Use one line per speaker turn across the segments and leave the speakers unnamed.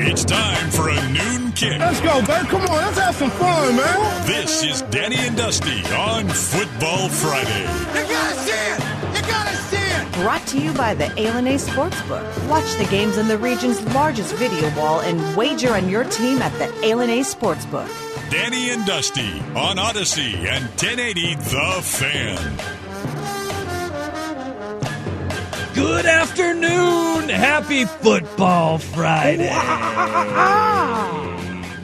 It's time for a noon kick.
Let's go, babe. Come on, let's have some fun, man.
This is Danny and Dusty on Football Friday.
You gotta see it! You gotta see it!
Brought to you by the ALNA Sportsbook. Watch the games on the region's largest video wall and wager on your team at the ALNA Sportsbook.
Danny and Dusty on Odyssey and 1080 The Fan.
Good afternoon. Happy Football Friday.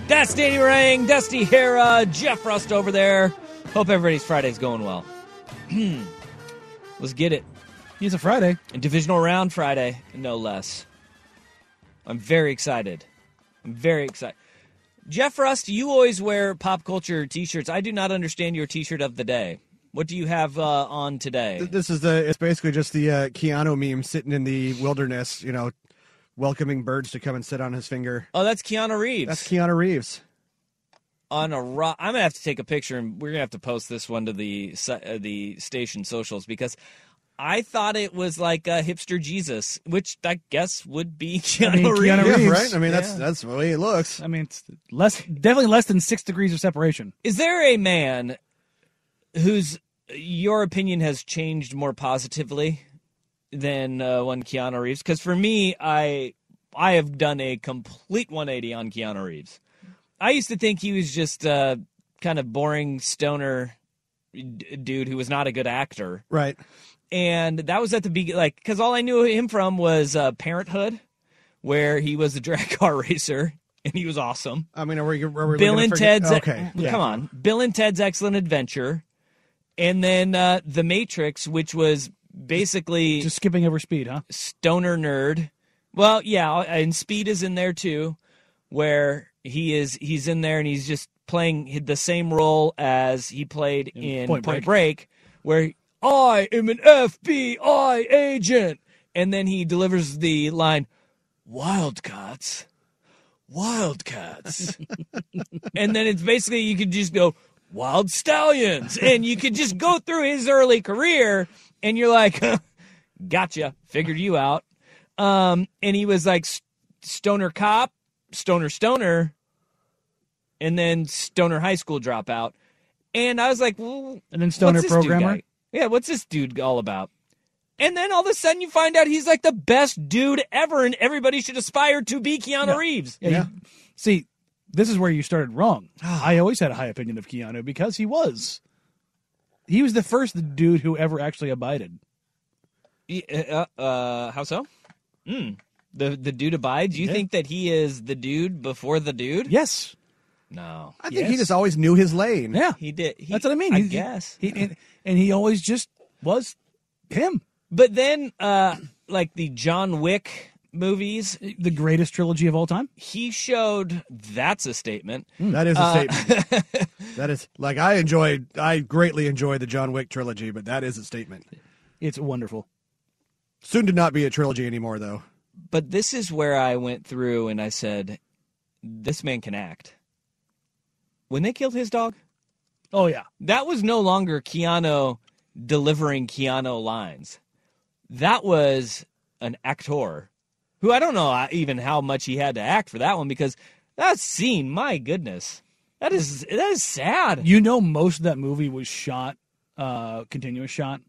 That's Danny Rang, Dusty Hera, Jeff Rust over there. Hope everybody's Friday's going well. Hmm. Let's get it.
It's a Friday.
A divisional round Friday, no less. I'm very excited. I'm very excited. Jeff Rust, you always wear pop culture t shirts. I do not understand your t shirt of the day. What do you have uh, on today?
This is the. It's basically just the uh, Keanu meme sitting in the wilderness, you know, welcoming birds to come and sit on his finger.
Oh, that's Keanu Reeves.
That's Keanu Reeves.
on a rock. I'm gonna have to take a picture, and we're gonna have to post this one to the si- uh, the station socials because I thought it was like a hipster Jesus, which I guess would be Keanu
Yeah,
Reeves.
Keanu
Reeves.
right? I mean, that's that's the way he looks.
I mean, it's less definitely less than six degrees of separation.
Is there a man whose your opinion has changed more positively than uh, one Keanu Reeves? Because for me, I I have done a complete 180 on Keanu Reeves. I used to think he was just uh, kind of boring stoner d- dude who was not a good actor.
Right.
and that was at the beginning, like, because all I knew him from was uh, Parenthood, where he was the drag car racer, and he was awesome.
I mean, are we? Are we
Bill
looking
and
for-
Ted's,
Okay.
come on, Bill and Ted's Excellent Adventure, and then uh, The Matrix, which was basically
Just skipping over speed, huh?
stoner nerd. Well, yeah, and Speed is in there too, where he is he's in there and he's just playing the same role as he played in, Point,
Point
Break. where I am an FBI agent, and then he delivers the line, "Wildcats, wildcats," and then it's basically you could just go. Wild Stallions, and you could just go through his early career, and you're like, gotcha figured you out um and he was like s- stoner cop stoner stoner and then stoner high school dropout and i was like well,
And then stoner
what's this dude
programmer.
guy- yeah what's this dude all about and then all of a sudden you find out he's like the best dude ever and everybody should aspire to be keanu reeves
Yeah. you- see, this is where you started wrong. I always had a high opinion of Keanu because he was. He was the first dude who ever actually abided.
Y- uh, uh, how so mm. the the dude abides you
Yeah.
think that he is the dude before the dude
Yes.
no
I think he
Yes.
just always knew his lane.
Yeah.
he did he,
That's what I mean.
i
He- he-
guess
He, and, and he always just was him.
But then, uh, like the John Wick movies,
The greatest trilogy of all time.
he showed that's a statement.
That is a
Uh,
statement. that is like I enjoy. I greatly enjoy the John Wick trilogy, but that is a statement.
It's wonderful.
Soon to not be a trilogy anymore, though.
But this is where I went through and I said, this man can act. When they killed his dog,
Oh yeah.
that was no longer Keanu delivering Keanu lines. That was an actor who I don't know uh, even how much he had to act for that one because that scene, my goodness, that is that is sad.
You know, most of that movie was shot, uh, continuous shot.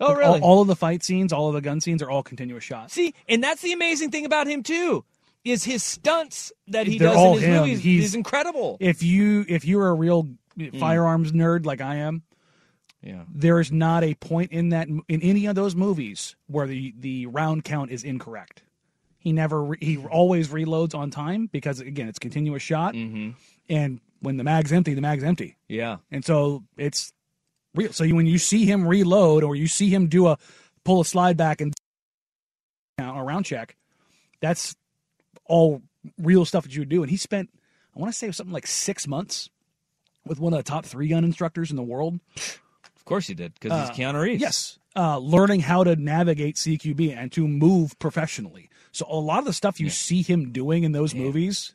oh,
Like,
really?
All, all of the fight scenes, all of the gun scenes are all continuous shots.
See, and that's the amazing thing about him too. is his stunts that he
They're
does
all
in his
him.
movies
He's-
is incredible. Mm.
If you if you're a real firearms nerd like I am,
yeah.
there is not a point in that in any of those movies where the the round count is incorrect. He never re- he always reloads on time because again it's continuous shot,
Mm-hmm.
and when the mag's empty, the mag's empty.
Yeah.
And so it's real. So you, when you see him reload or you see him do a pull a slide back and a round check, that's all real stuff that you would do. And he spent, I want to say something like six months with one of the top three gun instructors in the world.
Of course he did because
Uh,
he's Keanu Reeves.
Yes. Uh, learning how to navigate CQB and to move professionally. So a lot of the stuff you see him doing in those movies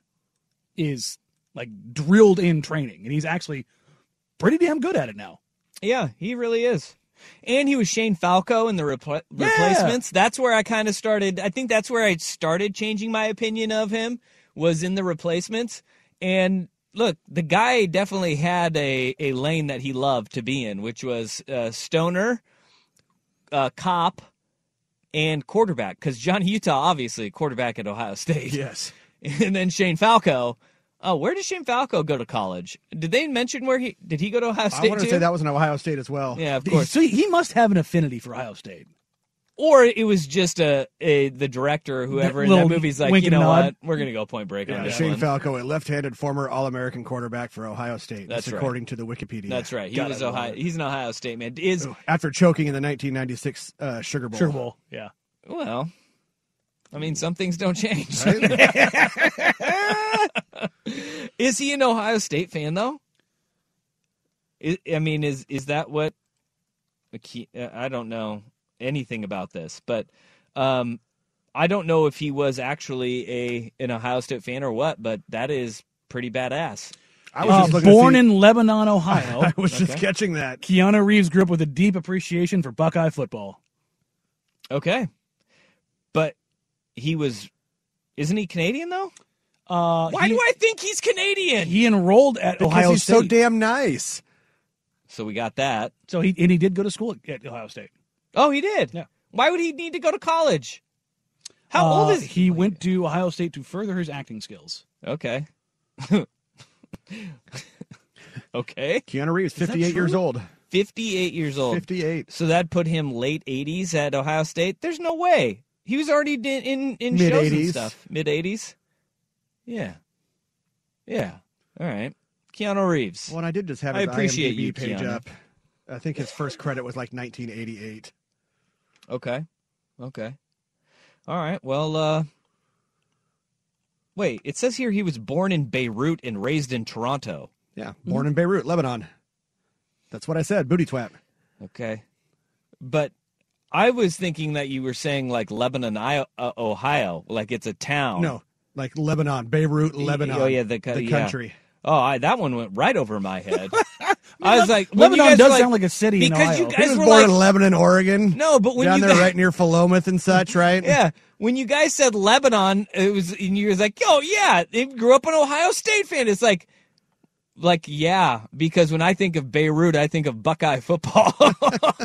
is like drilled in training. And he's actually pretty damn good at it now.
Yeah, he really is. And he was Shane Falco in the repl- replacements. That's where I kind of started. I think that's where I started changing my opinion of him was in the replacements. And look, the guy definitely had a, a lane that he loved to be in, which was uh, stoner, uh, cop, and quarterback. Because Johnny Utah, obviously, quarterback at Ohio State.
Yes.
And then Shane Falco. Oh, where did Shane Falco go to college? Did they mention where he did he go to Ohio State?
I want to
too?
say that was in Ohio State as well.
Yeah, of course.
So he- he must have an affinity for Ohio State.
Or it was just a, a the director or whoever
That
in that
little
movie's like,
wink
you
and
know
nod.
what, we're gonna go Point Break on
Yeah,
this
Shane
one.
Falco, a left-handed former All-American quarterback for Ohio State.
That's right.
according to the Wikipedia.
That's right. He
God,
was
I love
Ohio.
it.
He's an Ohio State man. Is
After choking in the 1996 uh, Sugar Bowl.
Sure, Bowl. Yeah.
well, I mean, some things don't change. is he an Ohio State fan though? I I mean, is is that what? the key- uh, I don't know anything about this, but um, I don't know if he was actually a an Ohio State fan or what. But that is pretty badass.
I
Uh,
looking to
born
see-
in Lebanon, Ohio,
I was just catching that.
Keanu Reeves grew up with a deep appreciation for Buckeye football.
Okay. But he was isn't he Canadian though?
Uh,
Why
he,
do I think he's Canadian?
He enrolled at
Because
Ohio
he's
State,
so damn nice.
so we got that.
so he and he did go to school at Ohio State.
Oh, he did.
Yeah.
Why would he need to go to college? How
Uh,
old is he?
He went to Ohio State to further his acting skills.
Okay. okay.
Keanu Reeves, 58 years old.
58 years old.
58.
So that put him late 80s at Ohio State. There's no way. He was already di- in in shows and
Mid-eighties.
stuff. Mid 80s. Yeah. Yeah. All right. Keanu Reeves.
Well, and I did just have
I
his
appreciate
IMDb
you,
page
Keanu.
up. I think his first credit was like 1988.
Okay. Okay. All right. Well, uh Wait, it says here he was born in Beirut and raised in Toronto.
Yeah, born in Beirut, Lebanon. That's what I said. Booty twat.
Okay. But I was thinking that you were saying like Lebanon, I- uh, Ohio, like it's a town.
No, like Lebanon, Beirut, Lebanon.
Oh, yeah, the co- yeah.
country.
Oh, I, that one went right over my head. I was like, when you
Lebanon
guys
does
were
sound like a city in
because
Ohio.
you
He
guys
was
were
born
like,
in Lebanon, Oregon.
no, but when
down
you
there,
guys,
right near Philomath and such, right?
yeah, when you guys said Lebanon, it was and you was like, oh yeah, they grew up an Ohio State fan. It's like, like yeah, because when I think of Beirut, I think of Buckeye football.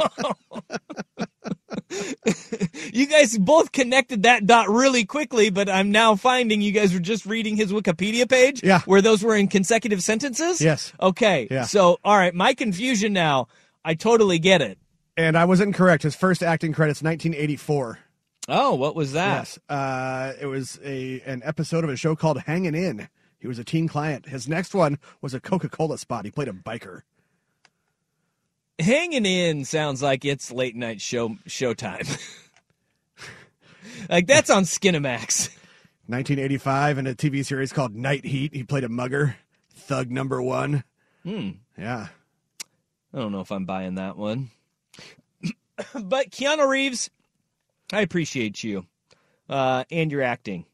you guys both connected that dot really quickly, but I'm now finding you guys were just reading his Wikipedia page.
Yeah.
where those were in consecutive sentences.
Yes.
Okay.
Yeah.
So all right, my confusion now. I totally get it.
And I was incorrect. His first acting credit's 1984.
Oh, what was that?
Yes, uh, it was a an episode of a show called Hanging In. He was a teen client. His next one was a Coca Cola spot. He played a biker.
hanging in sounds like it's late night show showtime. like that's on Skinamax.
1985 in a TV series called Night Heat. He played a mugger, thug number one. Hmm. Yeah.
I don't know if I'm buying that one. but Keanu Reeves, I appreciate you uh, and your acting.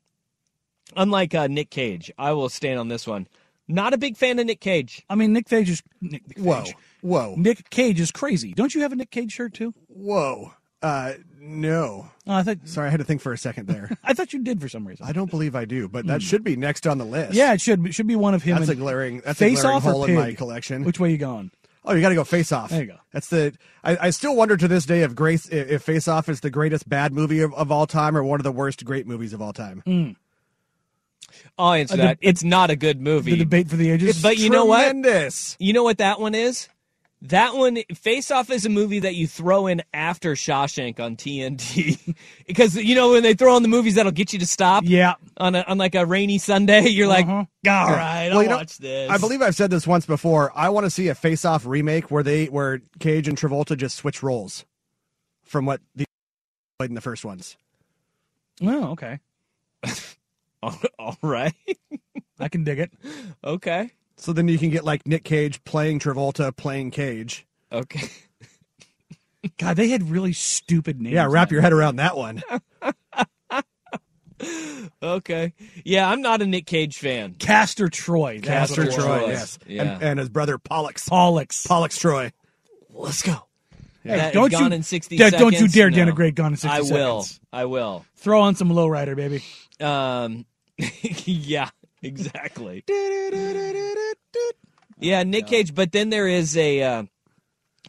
Unlike uh, Nick Cage, I will stand on this one. Not a big fan of Nick Cage.
I mean, Nick Cage is Nick, Nick
Whoa.
Cage.
Whoa.
Nick Cage is crazy. Don't you have a Nick Cage shirt too?
Whoa. Uh, no.
Oh, I thought
Sorry, I had to think for a second there.
I thought you did for some reason.
I don't believe I do, but that should be next on the list.
Hmm. yeah, it should it should be one of him.
That's
and-
a glaring- that's a
face
glaring
off
hole
or
in my
Pig?
collection.
Which way you going?
Oh, you got to go Face Off.
There you go.
That's the. I, I still wonder to this day if Grace, if
Hmm.
if Face Off is the greatest bad movie of, of all time or one of the worst great movies of all time.
I'll answer
A
that.
deb-
it's not a good movie.
Uh, The debate for the ages.
but you know what?
Tremendous.
You know what that one is? That one, Face Off, is a movie that you throw in after Shawshank on TNT because you know when they throw on the movies that'll get you to stop.
Yeah.
On a, on like a rainy Sunday, you're like, all
Uh-huh.
right,
Well,
I'll
you know,
watch this.
I believe I've said this once before. I want to see a Face Off remake where they where Cage and Travolta just switch roles from what the played in the first ones.
Oh, okay.
all right,
I can dig it.
okay,
So then you can get like Nick Cage playing Travolta playing Cage.
okay.
God, they had really stupid names.
Yeah, wrap
man.
your head around that one.
Okay. Yeah, I'm not a Nick Cage fan.
Castor Troy. uh, That's
Castor
Pastor
what it was.
Troy,
Troy.
yes,
Yeah.
and, and his brother Pollux.
Pollux.
Pollux Troy.
Let's go.
Hey,
That-
don't
Gone
you,
in 60
Dad, Don't you
seconds?
dare
No.
denigrate Gone in 60
I will.
seconds.
I will.
Throw on some lowrider, baby.
Um, yeah, exactly. yeah, Nick Cage. But then there is a. Uh,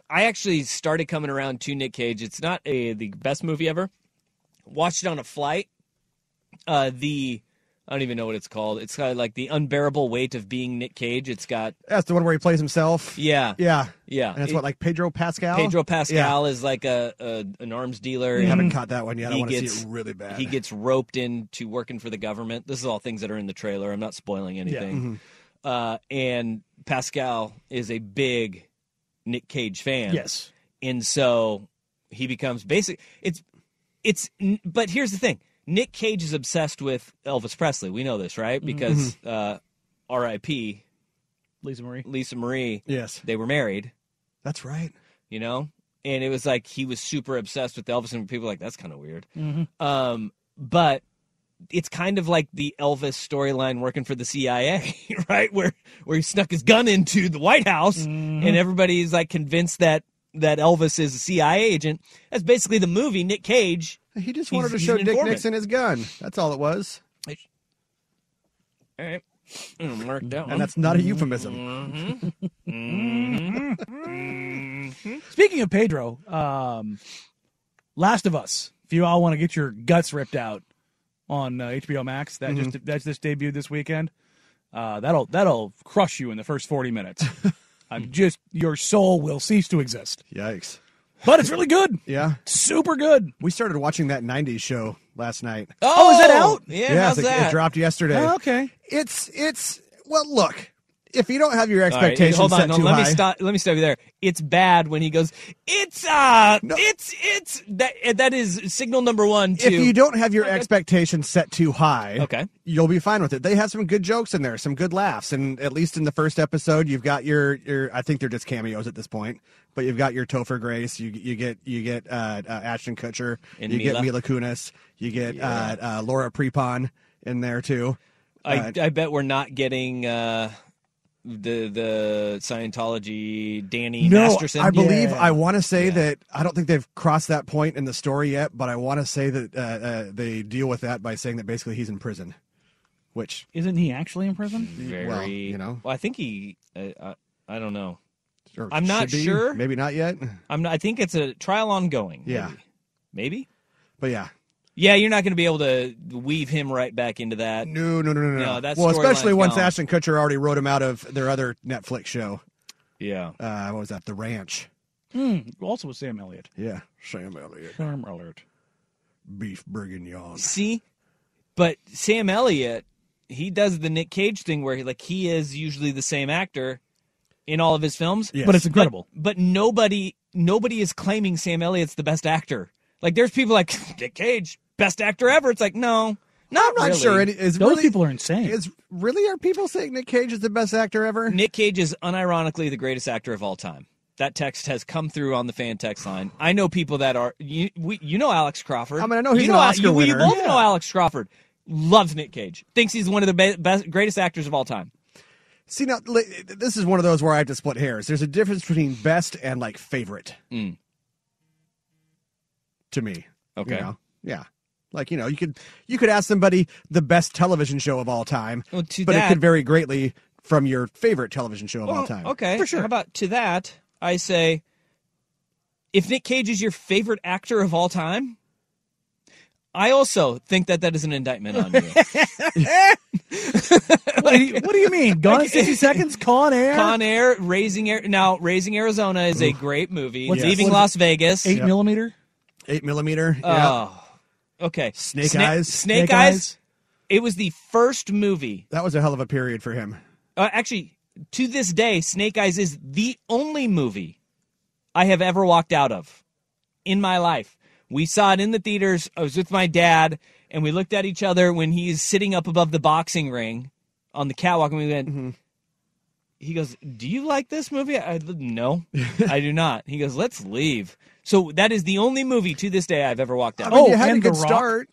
I actually started coming around to Nick Cage. It's not a, the best movie ever. Watched it on a flight. Uh, the I don't even know what it's called. It's kind of like the unbearable weight of being Nick Cage. It's got
That's the one where he plays himself.
yeah,
Yeah.
yeah.
And it's
It-
what, like Pedro Pascal?
Pedro Pascal is like a, a an arms dealer.
Yeah. I
and
haven't caught that one yet. I
He
want to
gets-
see it really bad.
he gets roped into working for the government. This is all things that are in the trailer. I'm not spoiling
mm-hmm.
anything. Uh, and Pascal is a big Nick Cage fan.
Yes.
and so he becomes basic. It's it's. n- But here's the thing: Nick Cage is obsessed with Elvis Presley. We know this,
Mm-hmm.
right? Because uh, R.I.P.
Lisa Marie.
Lisa Marie.
yes.
They were married
That's right.
you know and it was like he was super obsessed with elvis and people were like that's kind of weird um, but it's kind of like the elvis storyline working for the cia right where where he snuck his gun into the white house and everybody's like convinced that that elvis is a cia agent that's basically the movie nick cage
He just
He's-
wanted to
he's
show
an
Dick
informant.
Nixon his gun. That's all it was.
all right Mm, mark that one
And that's not a euphemism.
Speaking of Pedro, um, Last of Us. If you all want to get your guts ripped out on uh, HBO Max, that
Mm-hmm.
just that's just debuted this weekend. Uh, that'll that'll crush you in the first forty minutes. I'm just your soul will cease to exist.
Yikes.
But it's really good,
Yeah.
super good.
We started watching that 90s show last night.
oh,
is that out?
yeah
yes,
how's
it,
that
it dropped yesterday.
Oh, okay,
It's, it's, well, look, if you don't have your
All right,
expectations
hold on,
set
no,
too
let
high,
me stop. Let me stop you there. It's bad when he goes. It's uh, it's it's that that is signal number one. To,
if you don't have your expectations set too high,
Okay.
you'll be fine with it. They have some good jokes in there, some good laughs, and at least in the first episode, you've got your your. I think they're just cameos at this point, but you've got your Topher Grace, you you get you get uh, uh, Ashton Kutcher,
And
you
Mila.
get Mila Kunis, you get uh, uh, Laura Prepon in there too.
I, I bet we're not getting uh, the the Scientology Danny Masterson.
I believe
Yeah.
I want to say that I don't think they've crossed that point in the story yet, but I want to say that uh, uh, they deal with that by saying that basically he's in prison, which
isn't he actually in prison?
Very,
well, you know.
Well, I think he. Uh, I, I don't know.
or
I'm not
should be,
sure.
Maybe not yet.
I'm. Not, I think it's a trial ongoing.
Yeah.
Maybe. Maybe?
But yeah.
Yeah, you're not going to be able to weave him right back into that.
No, no, no, no, no.
No, that
well, especially
storyline's
once
gone.
Ashton Kutcher already wrote him out of their other Netflix show.
Yeah.
Uh, what was that? The Ranch.
Also with Sam Elliott.
Yeah. Sam Elliott.
Sam alert.
Beef Bourguignon.
See, but Sam Elliott, he does the Nick Cage thing where he like he is usually the same actor in all of his films.
Yes.
But it's incredible.
But nobody nobody is claiming Sam Elliott's the best actor. Like there's people like Nick Cage, best actor ever. It's like no, not
I'm not
really.
sure. It is
Those
really,
people are insane.
Is really are people saying Nick Cage is the best actor ever?
Nick Cage is unironically the greatest actor of all time. That text has come through on the fan text line. I know people that are you. We, you know Alex Crawford.
I mean, I know he's
you
an Oscar
you, You
winner.
both know
Yeah.
Alex Crawford. Loves Nick Cage. Thinks he's one of the be- best, greatest actors of all time.
See now, li- this is one of those where I have to split hairs. There's a difference between best and like favorite. To me, you
Mm. Okay.
know? yeah, like you know, you could you could ask somebody the best television show of all time,
Well, to
but
that-
it could vary greatly from your favorite television show of all
Well,
time.
Okay, for sure. How about to that? I say, if Nick Cage is your favorite actor of all time, I also think that that is an indictment on you.
mean? Gone in 60 Seconds? Con Air?
Con Air, Raising Air. Now, Raising Arizona is a great movie.
What's-
Leaving
what's-
Las Vegas.
Eight millimeter?
Eight millimeter.
Oh, okay.
Snake
Sna-
Eyes.
Snake,
Snake
eyes.
Eyes.
It was the first movie.
That was a hell of a period for him.
Uh, actually, to this day, Snake Eyes is the only movie I have ever walked out of in my life. We saw it in the theaters. I was with my dad, and we looked at each other when he's sitting up above the boxing ring on the catwalk, and we went.
Mm-hmm.
He goes, "Do you like this movie?" I no, I do not. He goes, "Let's leave." So that is the only movie to this day I've ever walked out. of.
I mean, you had
Oh, and
a good
The Rock?
start.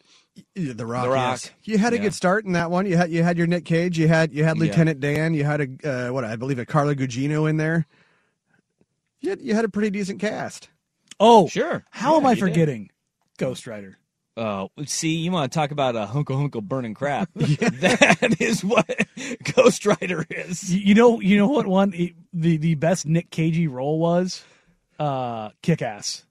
Yeah, The Rock.
The Rock.
yes. You had a
Yeah.
good start in that one. You had you had your Nick Cage. You had you had
Yeah.
Lieutenant Dan. You had a uh, what I believe a Carla Gugino in there. You had, you had a pretty decent cast.
Oh,
Sure.
How
Yeah,
am I
you did.
forgetting Ghost Rider?
Oh, see, you want to talk about a hunkle hunkle burning crap? That is what Ghost Rider is.
You, you know, you know what one the the best Nick Cagey role was? Uh, Kick Ass.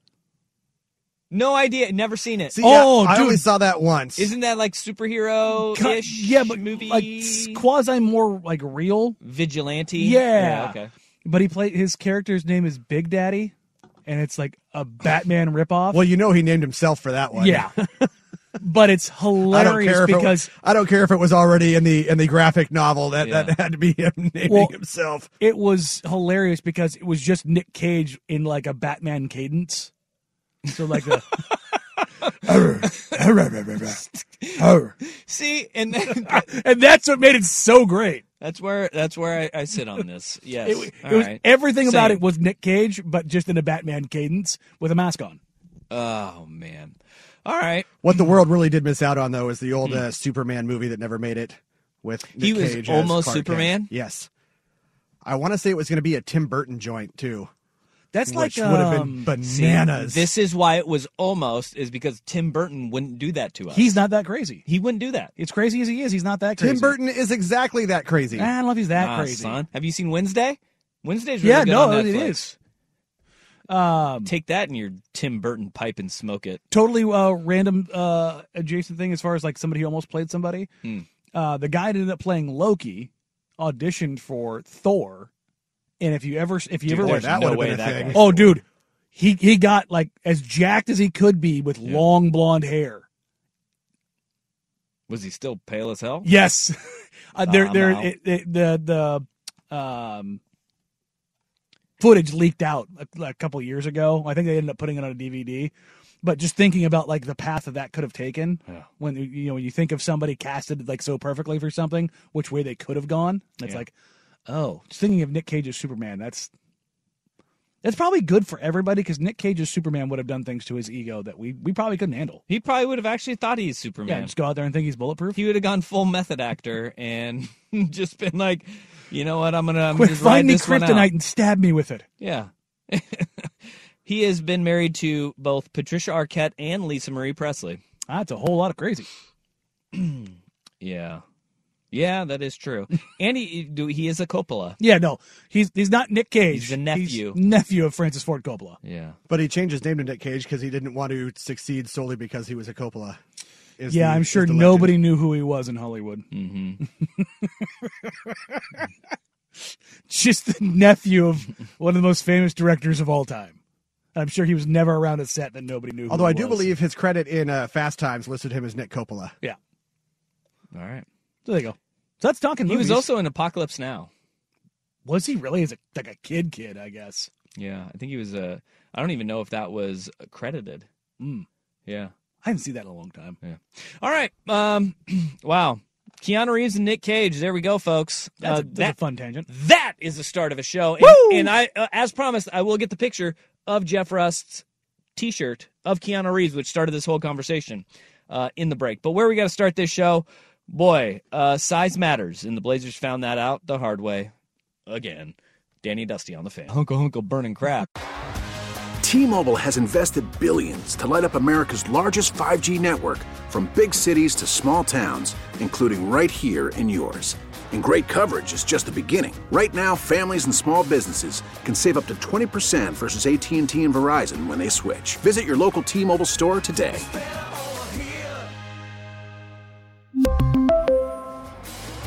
No idea. Never seen it.
See,
Oh,
yeah, I
dude.
only saw that once.
not that like superhero ish?
Yeah, but
movie
like quasi more like real.
vigilante.
Yeah.
Okay.
But he played his character's name is Big Daddy, and it's like a Batman ripoff.
well, you know he named himself for that one.
yeah. but it's
I don't
hilarious
care if it,
because
I don't care if it was already in the in the graphic novel that
Yeah.
that had to be him naming
Well-
himself.
it was hilarious because it was just Nick Cage in like a Batman cadence. So like the
See, and
and that's what made it so great.
that's where that's where I, I sit on this. Yes.
It, it
All
was
right.
everything about
Same.
it was Nick Cage, but just in a Batman cadence with a mask on.
oh man. All right.
What the world really did miss out on though is the
Hmm.
old uh, Superman movie that never made it. With Nick
He was
Cage as
almost
Clark Kent.
Superman?
Yes, I want to say it was going to be a Tim Burton joint too.
That's
which
like
would have
um,
been bananas.
This is why it was almost is because Tim Burton wouldn't do that to us.
he's not that crazy.
He wouldn't do that.
It's crazy as he is, he's not that crazy. Ah.
Tim Burton is exactly that crazy.
I don't know if he's that
Nah,
crazy.
son. Have you seen Wednesday? Wednesday's really
Yeah,
good
no,
on
it
Netflix.
is. Um,
Take that in your Tim Burton pipe and smoke it.
totally uh, random uh, adjacent thing as far as like somebody who almost played somebody.
Hmm.
Uh, the guy that ended up playing Loki auditioned for Thor, and if you ever if you
Dude,
ever
Boy,
there's
that
no
would
way
have been a
that
thing.
guy-
oh dude, he he got like as jacked as he could be with long blonde hair.
Was he still pale as hell?
Yes, uh, there
I'm
there
out.
it, it, the the um footage leaked out a, a couple years ago. I think they ended up putting it on a DVD. But just thinking about like the path that that could have taken
Yeah.
when you know when you think of somebody casted like so perfectly for something, which way they could have gone. It's
Yeah.
like, oh, just thinking of Nick Cage as Superman. That's that's probably good for everybody because Nick Cage as Superman would have done things to his ego that we we probably couldn't handle.
He probably would have actually thought he's
Yeah,
Superman.
just go out there and think he's bulletproof.
he would have gone full method actor and just been like, you know what, I'm gonna, I'm
Quick,
gonna just ride
find me
this one out.
kryptonite and stab me with it.
Yeah. he has been married to both Patricia Arquette and Lisa Marie Presley.
That's a whole lot of crazy.
Yeah. Yeah, that is true. and he do- he is a Coppola.
Yeah, no, he's he's not Nick Cage.
He's the nephew.
nephew of Francis Ford Coppola.
Yeah.
But he changed his name to Nick Cage because he didn't want to succeed solely because he was a Coppola. is
yeah,
the-
I'm
is
sure
the
nobody
legend.
knew who he was in Hollywood.
Mm-hmm.
Just the nephew of one of the most famous directors of all time. I'm sure he was never around a set that nobody knew. Who
Although
he
I do
was.
believe his credit in uh, Fast Times listed him as Nick Coppola.
Yeah,
All right.
so there you go. So that's talking.
He was
movies.
also in Apocalypse Now.
was he really as a like a kid kid? I guess.
Yeah, I think he was Uh, I don't even know if that was credited.
Mm.
Yeah.
I haven't seen that in a long time.
All right. Um. wow. Keanu Reeves and Nick Cage. There we go, folks.
That's,
Uh,
a, that's
that
a fun tangent.
that is the start of a show. And,
Woo!
and I, uh, as promised, I will get the picture of Jeff Rust's T-shirt of Keanu Reeves, which started this whole conversation uh, in the break. But where we got to start this show, boy, uh, size matters, and the Blazers found that out the hard way again. Danny Dusty on the fan. Hunkle hunkle burning crap.
T-Mobile has invested billions to light up America's largest 5G network from big cities to small towns, including right here in yours. And great coverage is just the beginning. Right now, families and small businesses can save up to 20% versus AT&T and Verizon when they switch. Visit your local T-Mobile store today.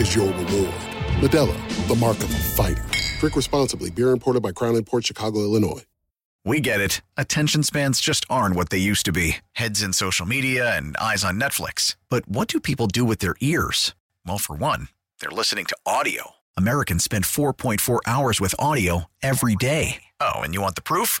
is your reward. Medella, the mark of a fighter. Drink responsibly. Beer imported by Crown Port Chicago, Illinois.
We get it. Attention spans just aren't what they used to be heads in social media and eyes on Netflix. But what do people do with their ears? Well, for one, they're listening to audio. Americans spend 4.4 hours with audio every day. Oh, and you want the proof?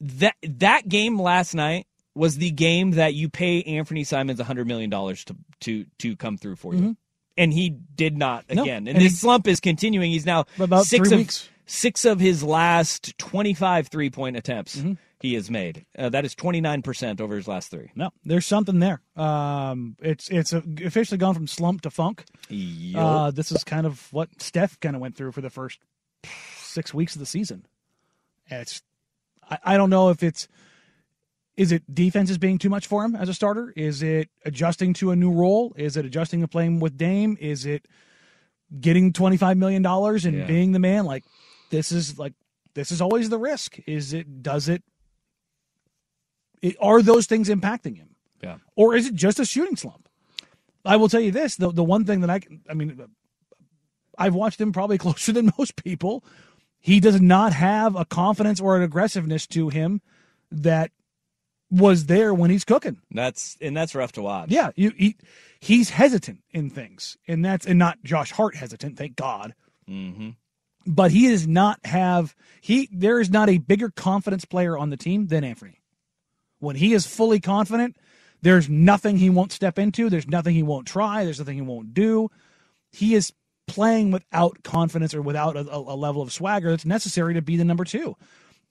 That that game last night was the game that you pay Anthony Simons hundred million dollars to to to come through for you,
Mhm.
and he did not
No,
again. And,
and
this
he-
slump is continuing. He's now
About
six
three
of
weeks.
six of his last 25 three point attempts
Mm-hmm.
he has made. Uh, that is 29 percent over his last three.
No, there's something there. Um, it's it's uh officially gone from slump to funk.
Yup.
Uh, this is kind of what Steph kind of went through for the first six weeks of the season. And it's I, I don't know if it's is it defense is being too much for him as a starter? Is it adjusting to a new role? Is it adjusting to playing with Dame? Is it getting twenty five million dollars and
Yeah.
being the man? Like this is like this is always the risk. Is it does it, it are those things impacting him?
Yeah.
or is it just a shooting slump? I will tell you this: the the one thing that I can- I mean, I've watched him probably closer than most people. He does not have a confidence or an aggressiveness to him that was there when he's cooking.
That's and that's rough to watch.
Yeah, you he, he's hesitant in things, and that's and not Josh Hart hesitant. Thank God
Mm-hmm.
but he does not have he there is not a bigger confidence player on the team than Anthony. When he is fully confident, there's nothing he won't step into, there's nothing he won't try, there's nothing he won't do. He is playing without confidence or without a, a a level of swagger that's necessary to be the number 2.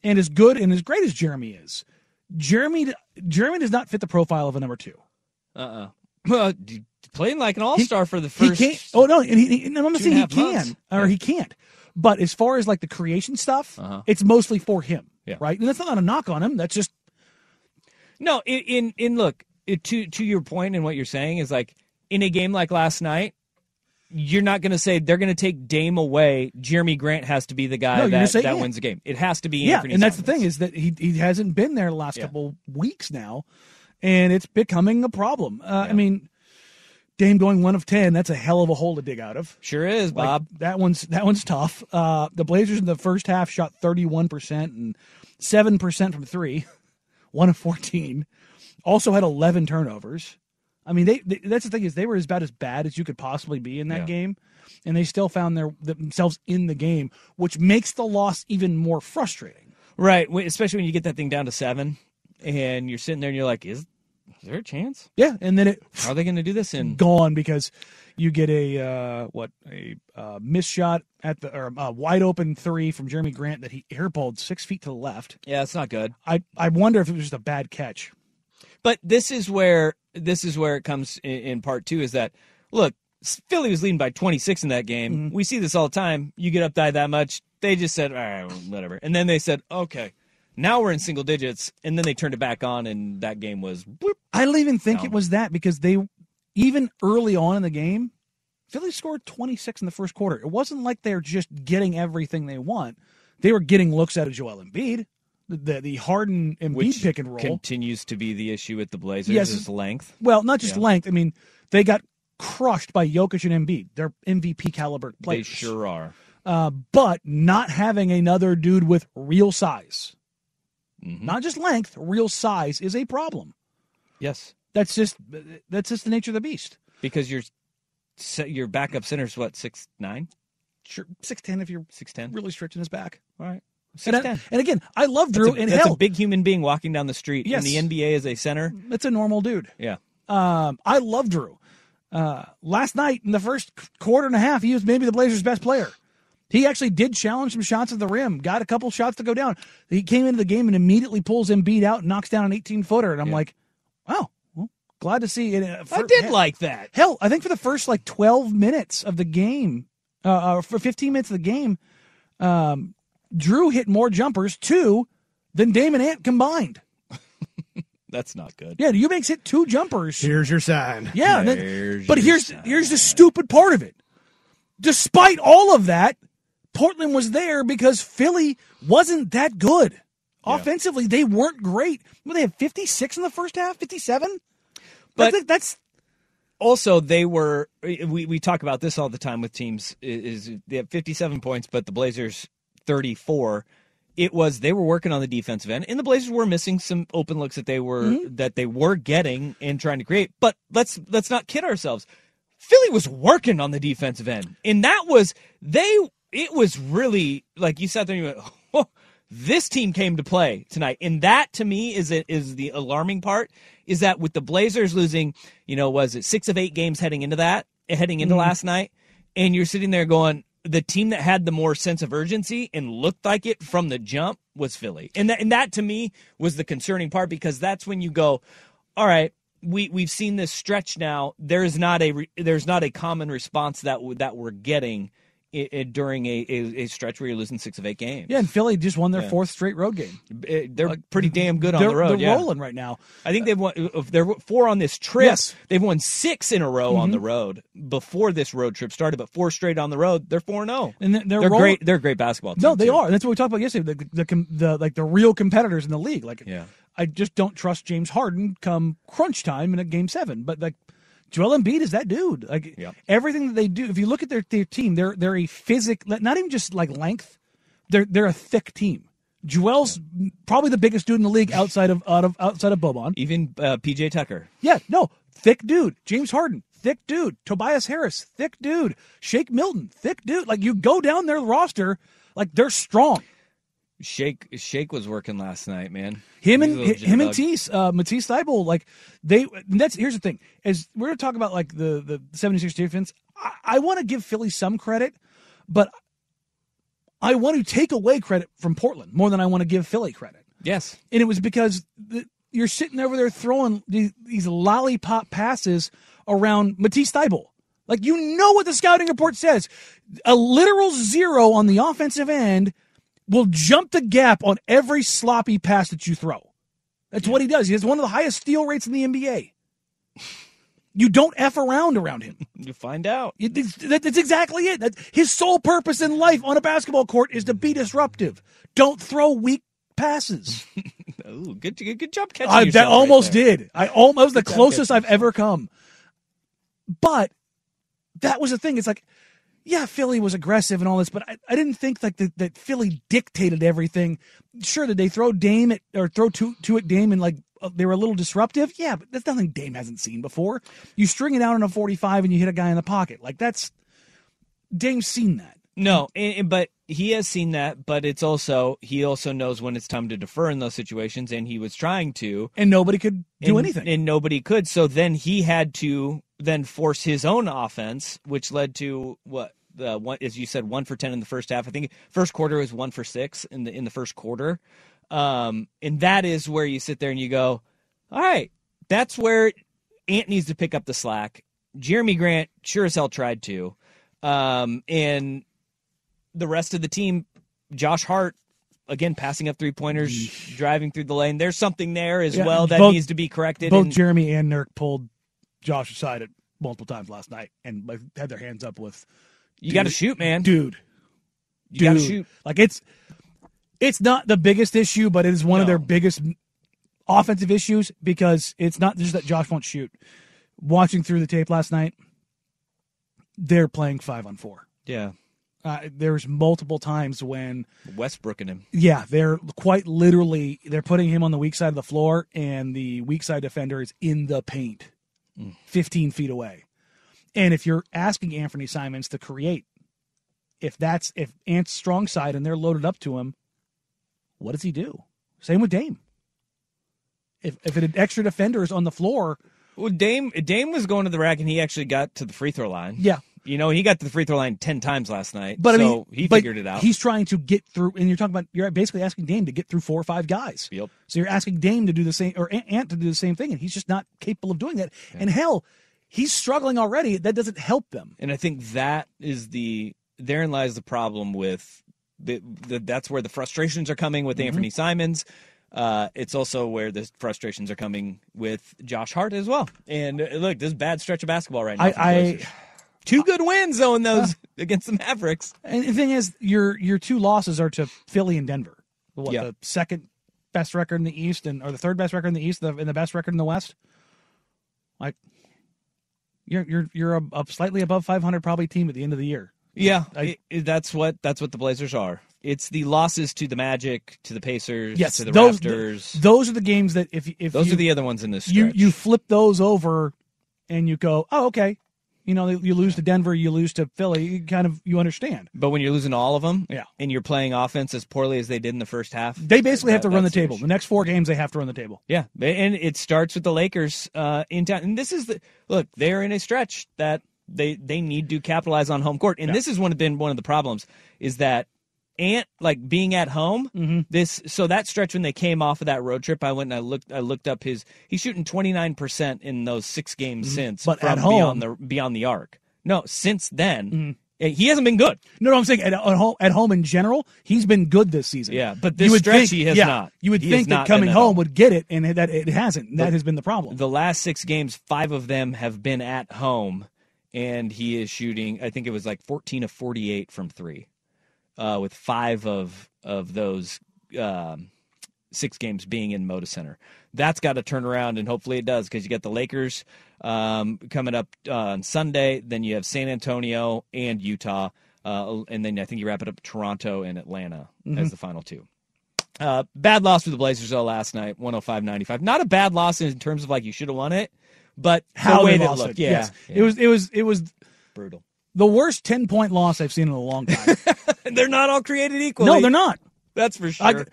And as good and as great as Jeremy is, Jeremy Jeremy does not fit the profile of a number 2.
Uh-uh. Well, d- playing like an all-star for the first
He can't. Oh no, and, he, he- and I'm not
two and
saying
a
he
half
can
months.
or he can't. But as far as like the creation stuff,
Uh-huh.
it's mostly for him,
Yeah.
right? And that's not a knock on him. That's just
No, in in, in look it, to to your point and what you're saying is like in a game like last night, you're not going to say they're going to take Dame away. Jeremy Grant has to be the guy
No, you're
that,
gonna say
that
Ant.
wins the game. It has to be
yeah.
Anthony.
and that's
Simons.
the thing is that he he hasn't been there the last couple weeks now, and it's becoming a problem. Uh, I mean, Dame going one of ten. That's a hell of a hole to dig out of.
Sure is,
Like,
Bob.
that one's that one's tough. Uh, the Blazers in the first half shot thirty one percent and seven percent from three, one of fourteen. Also had eleven turnovers. I mean, they, they that's the thing is they were as about as bad as you could possibly be in that
Yeah.
game, and they still found their themselves in the game, which makes the loss even more frustrating.
Right, wh- especially when you get that thing down to seven, and you're sitting there and you're like, is, is there a chance?
Yeah, and then it
Are they going to do this in?
gone because you get a uh, what a uh, miss shot at the or a wide open three from Jeremy Grant that he airballed six feet to the left.
Yeah, it's not good.
I I wonder if it was just a bad catch.
But this is where this is where it comes in, in part two is that look, s- Philly was leading by 26 in that game.
Mm-hmm.
We see this all the time. You get up by that much, they just said, all right, well, whatever, and then they said, okay, now we're in single digits, and then they turned it back on, and that game was bloop.
I don't even think it was that because they even early on in the game, Philly scored 26 in the first quarter. It wasn't like they're just getting everything they want. They were getting looks out of Joel Embiid, the the, the Harden Embiid
which
pick and roll.
continues to be the issue with the Blazers
Yes.
is length.
Well, not just
Yeah.
length. I mean, they got crushed by Jokic and Embiid. They're MVP caliber
They
players.
sure are.
Uh, but not having another dude with real size,
Mm-hmm.
not just length, real size is a problem.
Yes,
That's just that's just the nature of the beast.
because your se- your backup center's what six nine.
Sure, six ten if you're
six ten,
really stretching his back. All
right,
and, I-
6'10".
and again, I love
That's a,
Drew. and
that's
hell,
a big human being walking down the street.
Yes. Mm-hmm.
And the NBA is a center.
that's a normal dude.
Yeah.
Um, I love Drew. Uh, last night in the first quarter and a half, he was maybe the Blazers' best player. He actually did challenge some shots at the rim, got a couple shots to go down. He came into the game and immediately pulls Embiid out, and knocks down an 18 footer, and I'm like, wow, well, glad to see it. Uh,
I
for-
did
yeah.
like that.
Hell, I think for the first like 12 minutes of the game, uh, uh, for 15 minutes of the game, um, Drew hit more jumpers two than Damon Ant combined.
That's not good.
Yeah, Eubanks hit two jumpers.
Here's your sign.
Yeah, and then-
There's
but
your
here's here's the stupid part of it. Despite all of that, Portland was there because Philly wasn't that good. Offensively, they weren't great. Well, they had 56 in the first half, 57.
But
that's, that's
also they were. We we talk about this all the time with teams. i- Is they have 57 points, but the Blazers 34. It was they were working on the defensive end, and the Blazers were missing some open looks that they were
Mhm.
that they were getting and trying to create. But let's let's not kid ourselves. Philly was working on the defensive end, and that was they. It was really like you sat there and you went, oh, This team came to play tonight, and that to me is it is the alarming part. Is that with the Blazers losing, you know, was it six of eight games heading into that, heading into
Mhm.
last night, and you're sitting there going, the team that had the more sense of urgency and looked like it from the jump was Philly, and that and that to me was the concerning part because that's when you go, all right, we we've seen this stretch now. There is not a re, there's not a common response that w- that we're getting i i during a, a, a stretch where you're losing six of eight games.
Yeah, and Philly just won their
Yeah.
fourth straight road game.
Eh, They're pretty damn good on
they're,
the road.
They're
yeah.
rolling right now.
I think they've won. If they're four on this trip,
Yes. Mm-hmm.
they've won six in a row on the road before this road trip started. But four straight on the road, they're four and zero.
And they're,
They're
roll-
great. They're a great basketball. Team
No, they
too.
are. That's what we talked about yesterday. The, the, com- the like the real competitors in the league. Like,
Yeah.
I just don't trust James Harden come crunch time in a game seven. But like, Joel Embiid is that dude. Like everything that they do. If you look at their, their team, they're they're a physic. Not even just like length. They're they're a thick team. Joel's probably the biggest dude in the league outside of out of outside of Boban.
Even uh, PJ Tucker.
Yeah, no, thick dude. James Harden, thick dude. Tobias Harris, thick dude. Shake Milton, thick dude. Like you go down their roster, like they're strong.
Shake Shake was working last night, man.
Him
He's
and
a
hi-
legit
him and
dog.
Matisse, uh, Matisse Thybulle, like they. and That's here's the thing: is we're gonna talk about like the the 76 defense. I, I want to give Philly some credit, but I want to take away credit from Portland more than I want to give Philly credit.
Yes,
and it was because the, you're sitting over there throwing these, these lollipop passes around Matisse Thybulle. Like you know what the scouting report says, a literal zero on the offensive end will jump the gap on every sloppy pass that you throw. That's what he does. He has one of the highest steal rates in the NBA. You don't f around around him.
You find out.
It- it's- that- That's exactly it. That his sole purpose in life on a basketball court is to be disruptive. Don't throw weak passes.
Ooh, good, good, good job catching.
I,
yourself
that
right
almost
there.
did. I almost the
Good job
closest
catching
I've ever come. But that was the thing. It's like, yeah, Philly was aggressive and all this, but I, I didn't think like that, that Philly dictated everything. Sure, did they throw Dame at or throw two two at Dame and like uh, they were a little disruptive? Yeah, but that's nothing Dame hasn't seen before. You string it out on a forty five and you hit a guy in the pocket. Like that's Dame's seen that.
No, and, and- but he has seen that. But it's also he also knows when it's time to defer in those situations, and he was trying to.
And nobody could do
and-
anything.
and nobody could. So then he had to then force his own offense, which led to what the one as you said one for ten in the first half. I think first quarter was one for six in the in the first quarter, um, and that is where you sit there and you go, all right, that's where Ant needs to pick up the slack. Jeremy Grant sure as hell tried to, um, and the rest of the team, Josh Hart. Again, passing up three pointers, driving through the lane. There's something there as
Yeah,
well that
both-
needs to be corrected.
Both
and-
Jeremy and Nurk pulled Josh aside at multiple times last night and like, had their hands up with.
You
"Dude,
gotta shoot, man.
dude.
You gotta
Dude."
shoot.
Like it's, it's not the biggest issue, but it is one of their biggest offensive issues because it's not just that Josh won't shoot. Watching through the tape last night, they're playing five on four.
Yeah,
Uh, there's multiple times when
Westbrook and him.
Yeah, they're quite literally they're putting him on the weak side of the floor, and the weak side defender is in the paint, fifteen feet away. And if you're asking Anthony Simons to create, if that's if Ant's strong side and they're loaded up to him, what does he do? Same with Dame. If if an extra defender is on the floor,
Well, Dame Dame was going to the rack, and he actually got to the free throw line.
Yeah.
you know he got to the free throw line ten times last night.
but
so
I mean,
he
but
figured it out.
He's trying to get through, and you're talking about you're basically asking Dame to get through four or five guys.
Yep.
So you're asking Dame to do the same, or Ant- Ant to do the same thing, and he's just not capable of doing that. And hell, he's struggling already. That doesn't help them.
and I think that is the therein lies the problem with the, the that's where the frustrations are coming with
Mhm.
Anthony Simons. Uh, it's also where the frustrations are coming with Josh Hart as well. And uh, look, this is a bad stretch of basketball right now.
I,
for the
I Ah.
Blazers. two good wins though in those against the Mavericks.
And the thing is, your your two losses are to Philly and Denver. What
Yeah.
the second best record in the East, and or the third best record in the East, the, and the best record in the West. Like, you're you're you're a, a slightly above 500 probably team at the end of the year.
Yeah, it- it- that's what that's what the Blazers are. It's the losses to the Magic, to the Pacers,
Yes,
to the
those-
Raptors.
Those are the games that if if
Those
you-
are the other ones in this
you
stretch.
you flip those over, and you go, oh okay, You know, you lose to Denver, you lose to Philly. You kind of you understand.
But when you're losing to all of them,
yeah.
and you're playing offense as poorly as they did in the first half,
They basically have
that-
to run the
that's
table.
issue.
The next four games, they have to run the table.
Yeah, they- and it starts with the Lakers uh, in town. And this is the look; they're in a stretch that they they need to capitalize on home court. And this is one of been one of the problems is that Ant like being at home.
Mm-hmm.
This so that stretch when they came off of that road trip, I went and I looked. I looked up his. He's shooting twenty nine percent in those six games
Mhm.
since.
But
from
at home- Mm-hmm.
beyond the beyond the arc. No, since then. eh, He hasn't been good.
No, no, I'm saying at, at home. At home in general, he's been good this season.
Yeah, but
you
this
would
stretch
think,
he has
yeah,
not.
You would
He has
think
not
that
been
coming
at
home
home.
would get it, and that it hasn't. And
The-
that has been the problem.
The last six games, five of them have been at home, and he is shooting. I think it was like fourteen of forty-eight from three, uh, with five of of those um, six games being in Moda Center. That's got to turn around, and hopefully it does because you got the Lakers um, coming up uh, on Sunday. Then you have San Antonio and Utah, uh, and then I think you wrap it up Toronto and Atlanta as
Mhm.
the final two. Uh, bad loss for the Blazers though last night, 105-95. Not a bad loss in terms of like you should have won it, but
How
the way
they
that
lost
looked.
it.
Yeah,
Yes.
yeah.
it was. It was. It was
brutal.
the worst ten point loss I've seen in a long time.
they're not all created equal.
No, they're not.
That's for
I-
sure.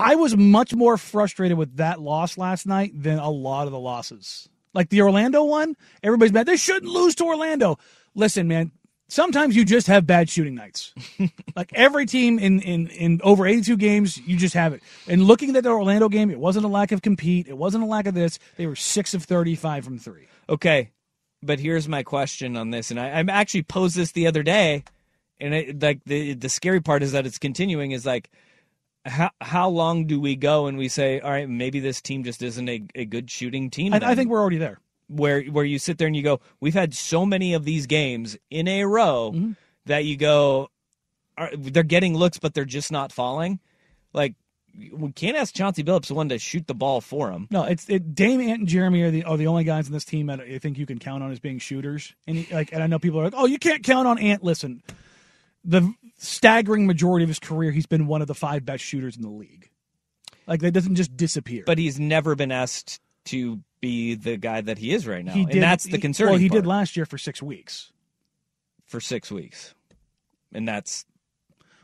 I, was much more frustrated with that loss last night than a lot of the losses. Like the Orlando one, everybody's mad. They shouldn't lose to Orlando. Listen, man, sometimes you just have bad shooting nights. like every team in, in, in over 82 games, you just have it. And looking at the Orlando game, it wasn't a lack of compete. It wasn't a lack of this. They were 6 of 35 from 3.
Okay, but here's my question on this, and I, I actually posed this the other day, and it, like the the scary part is that it's continuing. Is like how how long do we go and we say, all right, maybe this team just isn't a, a good shooting team?
I, I
then?"
think we're already there.
where where you sit there and you go, we've had so many of these games in a row
Mm-hmm.
that you go, are, they're getting looks, but they're just not falling. Like we can't ask Chauncey Billups one to shoot the ball for him.
No, it's it, Dame, Ant, and Jeremy are the are the only guys in this team that I think you can count on as being shooters. And he, like, and I know people are like, "Oh, you can't count on Ant." Listen, the staggering majority of his career, he's been one of the five best shooters in the league. Like, that doesn't just disappear.
But he's never been asked to be the guy that he is right now,
he
and that's the
he-
concern.
Well, he did last year for six weeks,
for six weeks, and that's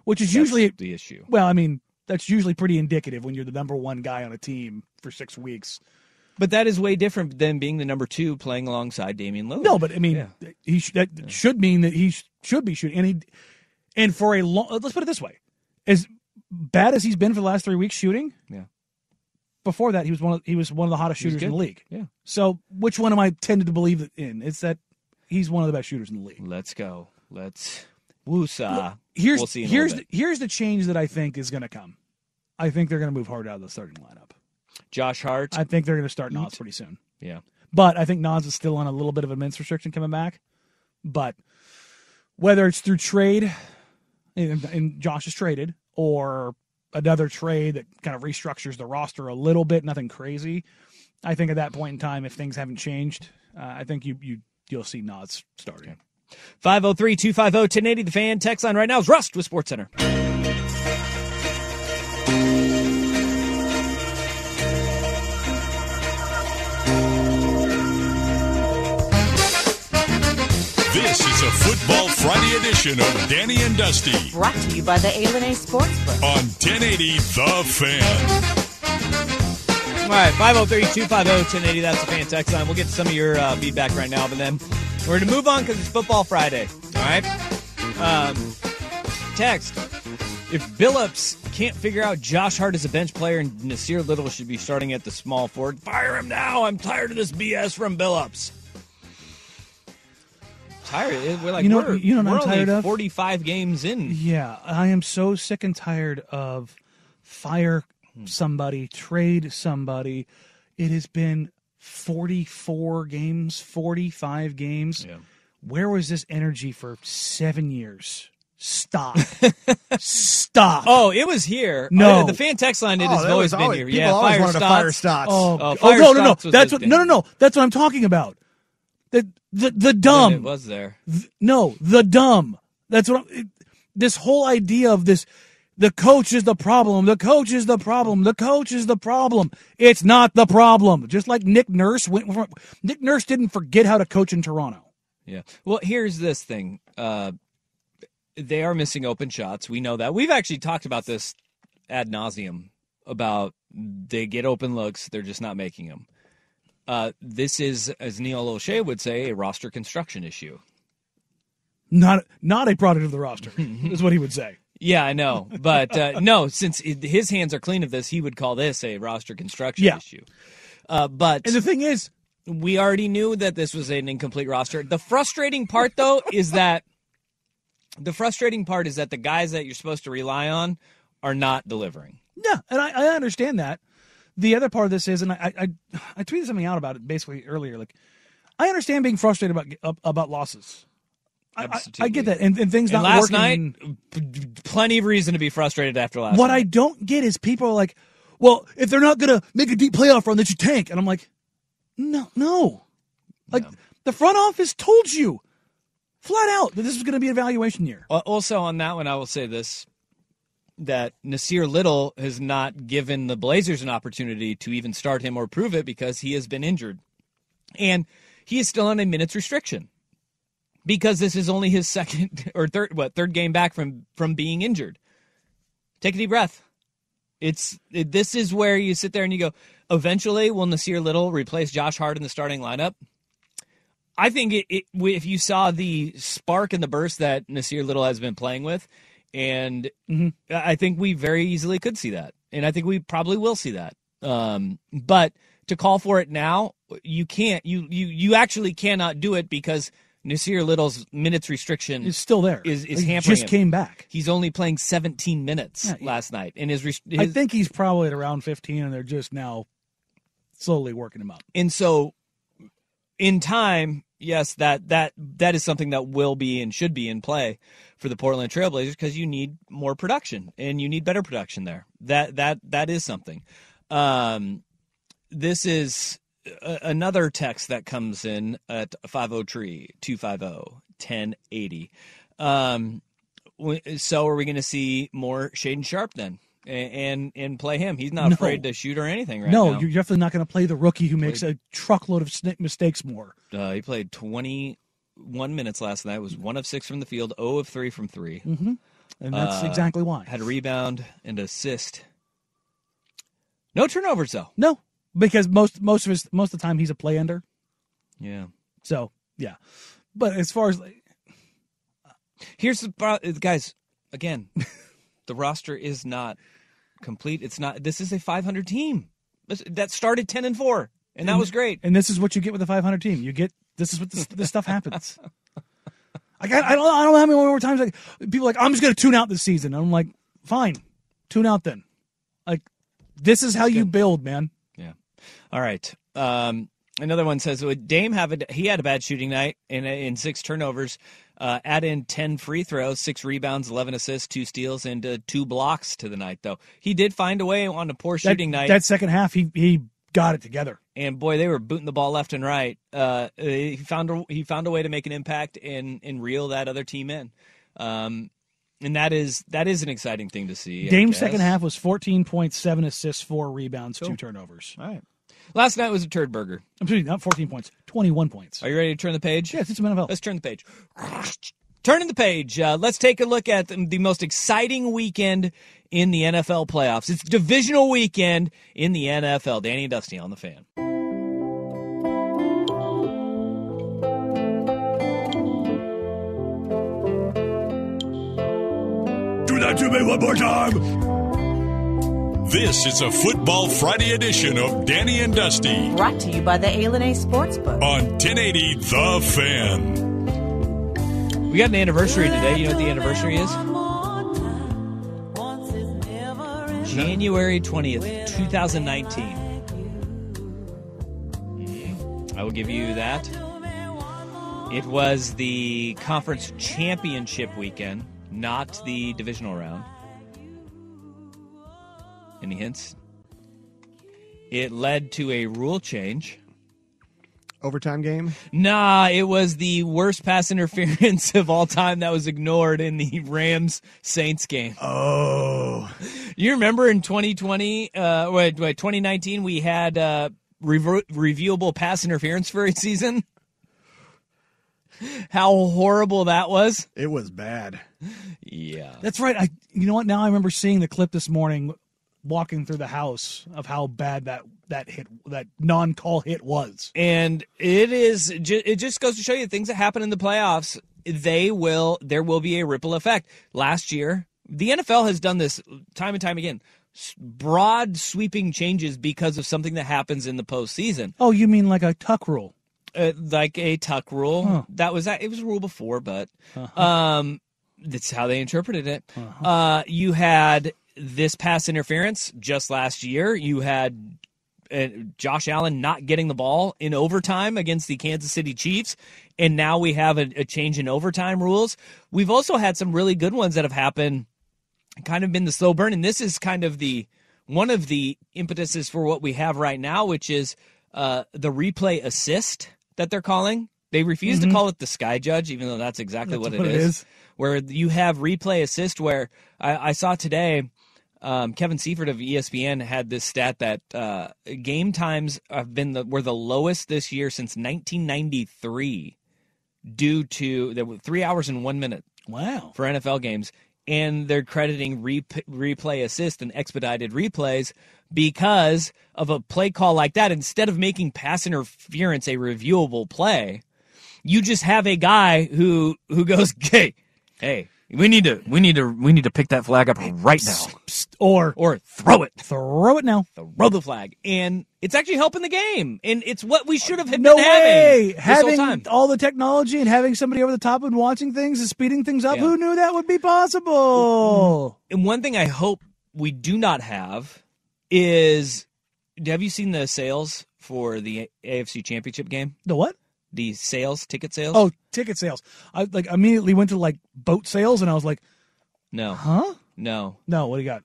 which is
that's
usually
the issue.
Well, I mean, that's usually pretty indicative when you're the number one guy on a team for six weeks.
But that is way different than being the number two playing alongside Damian Lillard.
No, but I mean,
Yeah.
he sh- that should mean that he sh- should be shooting. And he, and for a long, let's put it this way: as bad as he's been for the last three weeks shooting,
Yeah.
Before that, he was one of he was one of the hottest
He was
shooters in the
good.
league.
Yeah.
So, which one am I tended to believe in? It's that he's one of the best shooters in the league.
let's go. Let's woosah.
Here's
we'll see in a
here's
little
the, here's the change that I think is going to come. I think they're going to move hard out of the starting lineup.
bit. Josh Hart.
I think they're going to start Nas
Eat.
pretty soon.
yeah.
But I think Nas is still on a little bit of a mince restriction coming back. But whether it's through trade, and, and Josh is traded, or another trade that kind of restructures the roster a little bit, nothing crazy. I think at that point in time, if things haven't changed, uh, I think you you you'll see Nas starting.
503 250 1080. oh, The fan text line right now is Rust with Sports Center.
This is a Football Friday edition of Danny and Dusty
Brought to you by the ALNA Sportsbook.
on 1080 The Fan.
All right, 503 250 1080. That's the fan text line. We'll get some of your uh, feedback right now, but then we're going to move on because it's Football Friday. All right? Um, text. If Billups can't figure out Josh Hart is a bench player and Nasir Little should be starting at the small forward, fire him now. I'm tired of this BS from Billups. Tired. eh, We're like,
You know what-
we're,
you know what
we're
I'm
only
tired of?
45 games in.
Yeah, I am so sick and tired of fire
Hmm.
somebody, trade somebody. It has been 44 games, 45 games. Where was this energy for 7 years? Stop. Stop.
Oh, it was here.
No.
Uh, the fan text line. It
Oh,
has
that
always
was
been
always-
here.
people
yeah,
always
fire
wanted to
Stotts.
fire Stotts.
Oh,
Oh,
uh, fire
no, no, no.
Stotts was
That's
his
what no, no,
game.
no. That's what I'm talking about. The the the
When
dumb.
It was there.
Th- no, the dumb. That's what I'm, it, this whole idea of this the coach is the problem. The coach is the problem. The coach is the problem. It's not the problem. Just like Nick Nurse went from, Nick Nurse didn't forget how to coach in Toronto.
Yeah. Well, here's this thing. Uh, they are missing open shots. We know that. We've actually talked about this ad nauseum about they get open looks, they're just not making them. Uh, this is, as Neil O'Shea would say, a roster construction issue.
Not not a product of the roster is what he would say.
Yeah, I know, but uh, no, since i- his hands are clean of this, he would call this a roster construction
Yeah.
issue. Uh, but
And the thing is,
we already knew that this was an incomplete roster. The frustrating part, though, is that the frustrating part is that the guys that you're supposed to rely on are not delivering.
Yeah, and I, I understand that. The other part of this is, and I, I I tweeted something out about it basically earlier. Like, I understand being frustrated about about losses. I, I, I get that, and, and things
And
not
last
working.
night, p- p- plenty of reason to be frustrated after last.
what
night.
I don't get is people are like, well, if they're not gonna make a deep playoff run, that you tank. And I'm like, no, no. Like the front office told you flat out that this was gonna be an evaluation year.
Al- Uh, Also, on that one, I will say this that Nasir Little has not given the Blazers an opportunity to even start him or prove it because he has been injured. And he is still on a minutes restriction because this is only his second or third what third game back from from being injured. Take a deep breath. It's it, this is where you sit there and you go, eventually will Nasir Little replace Josh Hart in the starting lineup? I think it, it, if you saw the spark and the burst that Nasir Little has been playing with, and I I think we very easily could see that, and I think we probably will see that. Um, but to call for it now, you can't. You you you actually cannot do it because Nasir Little's minutes restriction
It's still there.
Is is
Like, he
hampering
just
him.
came back.
He's only playing 17 minutes
Yeah, yeah.
last night, and his, rest-
I
his
think he's probably at around 15, and they're just now slowly working him up.
And so in time, yes, that that that is something that will be and should be in play for the Portland Trailblazers because you need more production and you need better production there. That that that is something. Um, this is a, another text that comes in at 503 250 1080. oh, Um, w- so are we going to see more Shaden Sharp then? A- And and play him. He's not
No.
afraid to shoot or anything right
no,
now.
you're definitely not going to play the rookie who makes a truckload of sn- mistakes more.
Uh, he played 21 minutes last night. Was one of six from the field, 0 of three from 3
Mhm. And that's
Uh,
exactly why.
Had a rebound and assist. No turnovers though.
No, because most most of his most of the time he's a play ender.
Yeah.
So yeah, but as far as
Here's the pro- guys. Again, the roster is not complete. It's not. This is a 500 team This- that started 10 and four, and that was great.
and this is what you get with a 500 team. You get this is what this, this stuff happens. Like I, I don't I don't know how many more times like people are like I'm just going to tune out this season. And I'm like fine, tune out then. Like this is how you build, man.
Yeah. All right. Um, another one says would Dame have a he had a bad shooting night in in six turnovers, uh, add in ten free throws, six rebounds, eleven assists, two steals, and uh, two blocks to the night though. He did find a way on a poor
That-
shooting night.
That second half he he got it together.
and boy, they were booting the ball left and right. Uh, he found a, he found a way to make an impact and and reel that other team in. Um, and that is that is an exciting thing to see. I
Dame's
guess.
second half was 14.7 assists, four rebounds,
Cool.
two turnovers.
All right. Last night was a turd burger.
I'm sorry, not 14 points, 21 points.
Are you ready to turn the page?
Yes, it's a NFL.
Let's turn the page. Turning the page, uh, let's take a look at the most exciting weekend in the NFL playoffs. It's divisional weekend in the NFL. Danny and Dusty on the fan.
Do that to me one more time. This is a Football Friday edition of Danny and Dusty
Brought to you by the A Sportsbook.
on 1080 The Fan.
We got an anniversary today. You know what the anniversary is? January 20th, 2019. Mhm. I will give you that. It was the conference championship weekend, not the divisional round. Any hints? It led to a rule change.
Overtime game.
Nah, it was the worst pass interference of all time that was ignored in the Rams Saints game.
Oh.
You remember in 2020, uh, wait, wait, 2019, we had uh, rever- reviewable pass interference for a season? how horrible that was.
It was bad.
Yeah.
That's right. I you know what? Now I remember seeing the clip this morning, walking through the house of how bad that that hit that non call hit was.
And it is ju- it just goes to show you things that happen in the playoffs. They will there will be a ripple effect. Last year, the NFL has done this time and time again. S- Broad sweeping changes because of something that happens in the postseason,
Oh, you mean like a tuck rule?
uh, like a tuck rule.
Huh.
That was that. It was a rule before, but
Uh-huh.
um, that's how they interpreted it.
Uh-huh.
Uh, you had this pass interference just last year. You had uh, Josh Allen not getting the ball in overtime against the Kansas City Chiefs, and now we have a, a change in overtime rules. We've also had some really good ones that have happened, kind of been the slow burn, and this is kind of the one of the impetuses for what we have right now, which is uh, the replay assist that they're calling. They refuse
Mhm.
to call it the sky judge, even though Mm-hmm. that's exactly
That's
what, it is where you have replay assist where I, I saw today um, Kevin Seifert of ESPN had this stat that uh, game times have been the, were the lowest this year since 1993 due to there were three hours and one minute
Wow.
for NFL games, and they're crediting rep- replay assist and expedited replays because of a play call like that. Instead of making pass interference a reviewable play, you just have a guy who who goes, "Hey, hey, we need to we need to we need to pick that flag up right now."
Or
or throw it.
Throw it now.
Throw the flag, and it's actually helping the game, and it's what we should have had
No
been
way!
having this whole
Having
time.
all the technology and having somebody over the top and watching things and speeding things up. Who knew that would be possible?
And one thing I hope we do not have is have you seen the sales for the AFC Championship game?
The what?
The sales, ticket sales?
Oh, ticket sales. I like immediately went to like boat sales and I was like,
no.
huh?
No.
No, what do you got?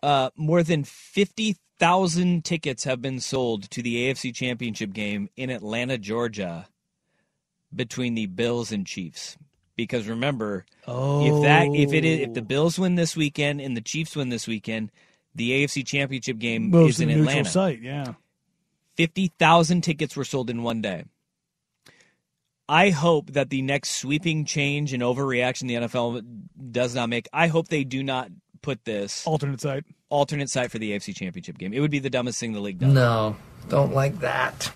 Uh, more than 50,000 tickets have been sold to the AFC Championship game in Atlanta, Georgia between the Bills and Chiefs. Because remember, if that if it is if the Bills win this weekend and the Chiefs win this weekend, the AFC Championship game
Moves
Mm, is
to
in
the neutral
Atlanta.
site. Yeah.
50,000 tickets were sold in one day. I hope that the next sweeping change and overreaction the NFL does not make. I hope they do not put this
alternate site
alternate site for the AFC Championship game. It would be the dumbest thing the league does.
No,
don't like that.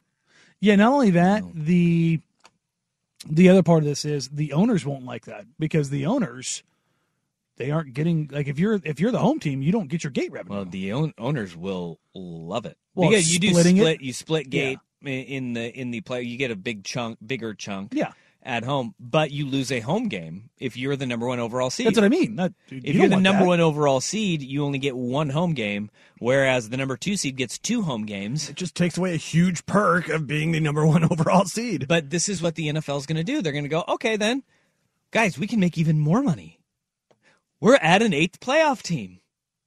Yeah, not only that, the the other part of this is the owners won't like that because the owners they aren't getting like if you're if you're the home team, you don't get your gate revenue.
Well, the own, owners will love it
Well,
because you do
splitting it?
split. You split gate in- in the in the play. You get a big chunk, bigger chunk.
Yeah.
At home, but you lose a home game if you're the number one overall seed.
That's what I mean. That- you
if
don't
you're the
want
number
that.
one overall seed, you only get one home game, whereas the number two seed gets two home games. It
just takes away a huge perk of being the number one overall seed.
But this is what the NFL is going to do. They're going to go, okay, then, guys, we can make even more money. We're at an eighth playoff team,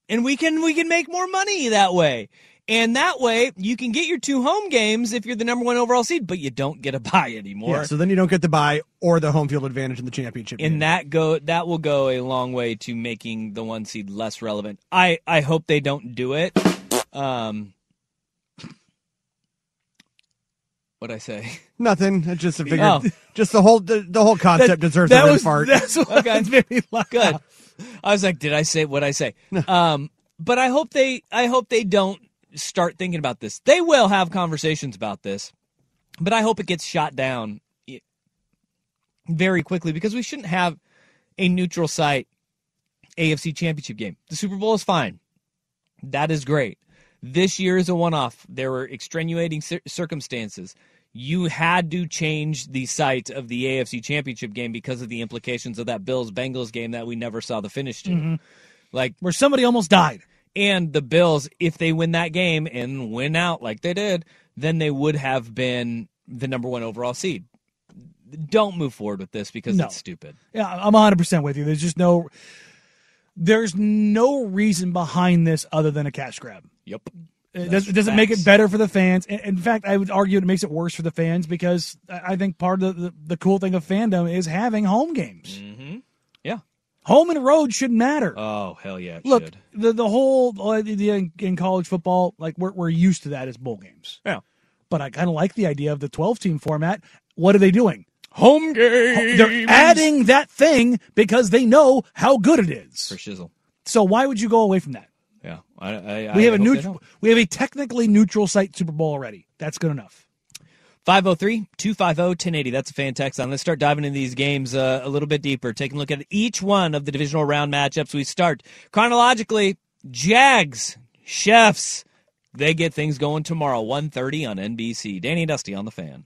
and we can we can make more money that way. And that way, you can get your two home games if you're the number one overall seed, but you don't get a bye anymore.
Yeah, so then you don't get the buy or the home field advantage in the championship. game.
and that go that will go a long way to making the one seed less relevant. I I hope they don't do it. Um, what I say?
Nothing. I just figured.
Oh.
Just the whole the, the whole concept deserves a
that
red
was-
fart.
That's what
Okay.
made me laugh.
Good. I was like, did I say what I say? Um, but I hope they I hope they don't start thinking about this. They will have conversations about this, but I hope it gets shot down i- very quickly because we shouldn't have a neutral site AFC Championship game. The Super Bowl is fine. That is great. This year is a one off. There were extenuating cir- circumstances. You had to change the site of the AFC Championship game because of the implications of that Bills Bengals game that we never saw the finish to.
Mhm.
Like
where somebody almost died.
And the Bills, if they win that game and win out like they did, then they would have been the number one overall seed. Don't move forward with this because
No.
it's stupid.
Yeah, I'm 100 percent with you. There's just no there's no reason behind this other than a cash grab.
Yep.
It
That's
doesn't, it doesn't make
facts.
it better for the fans. In- In fact, I would argue it makes it worse for the fans because I I think part of the, the, the cool thing of fandom is having home games.
Mm-hmm. Yeah.
Home and road should matter.
Oh hell yeah! it
Look,
should.
the the whole uh, the- the- in college football, like we're we're used to that as bowl games.
Yeah.
But I kind of like the idea of the 12 team format. What are they doing? Home game. They're adding that thing because they know how good it is.
For shizzle.
So why would you go away from that?
Yeah. I, I,
we
I
have a
hope they
neutral.
don't.
We have a technically neutral site Super Bowl already. That's good enough.
503 250 1080. oh, That's a fan text on. Let's start diving into these games uh, a little bit deeper, taking a look at each one of the divisional round matchups. We start chronologically Jags, Chefs. They get things going tomorrow, 1.30 on NBC. Danny and Dusty on the fan.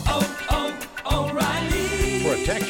Protect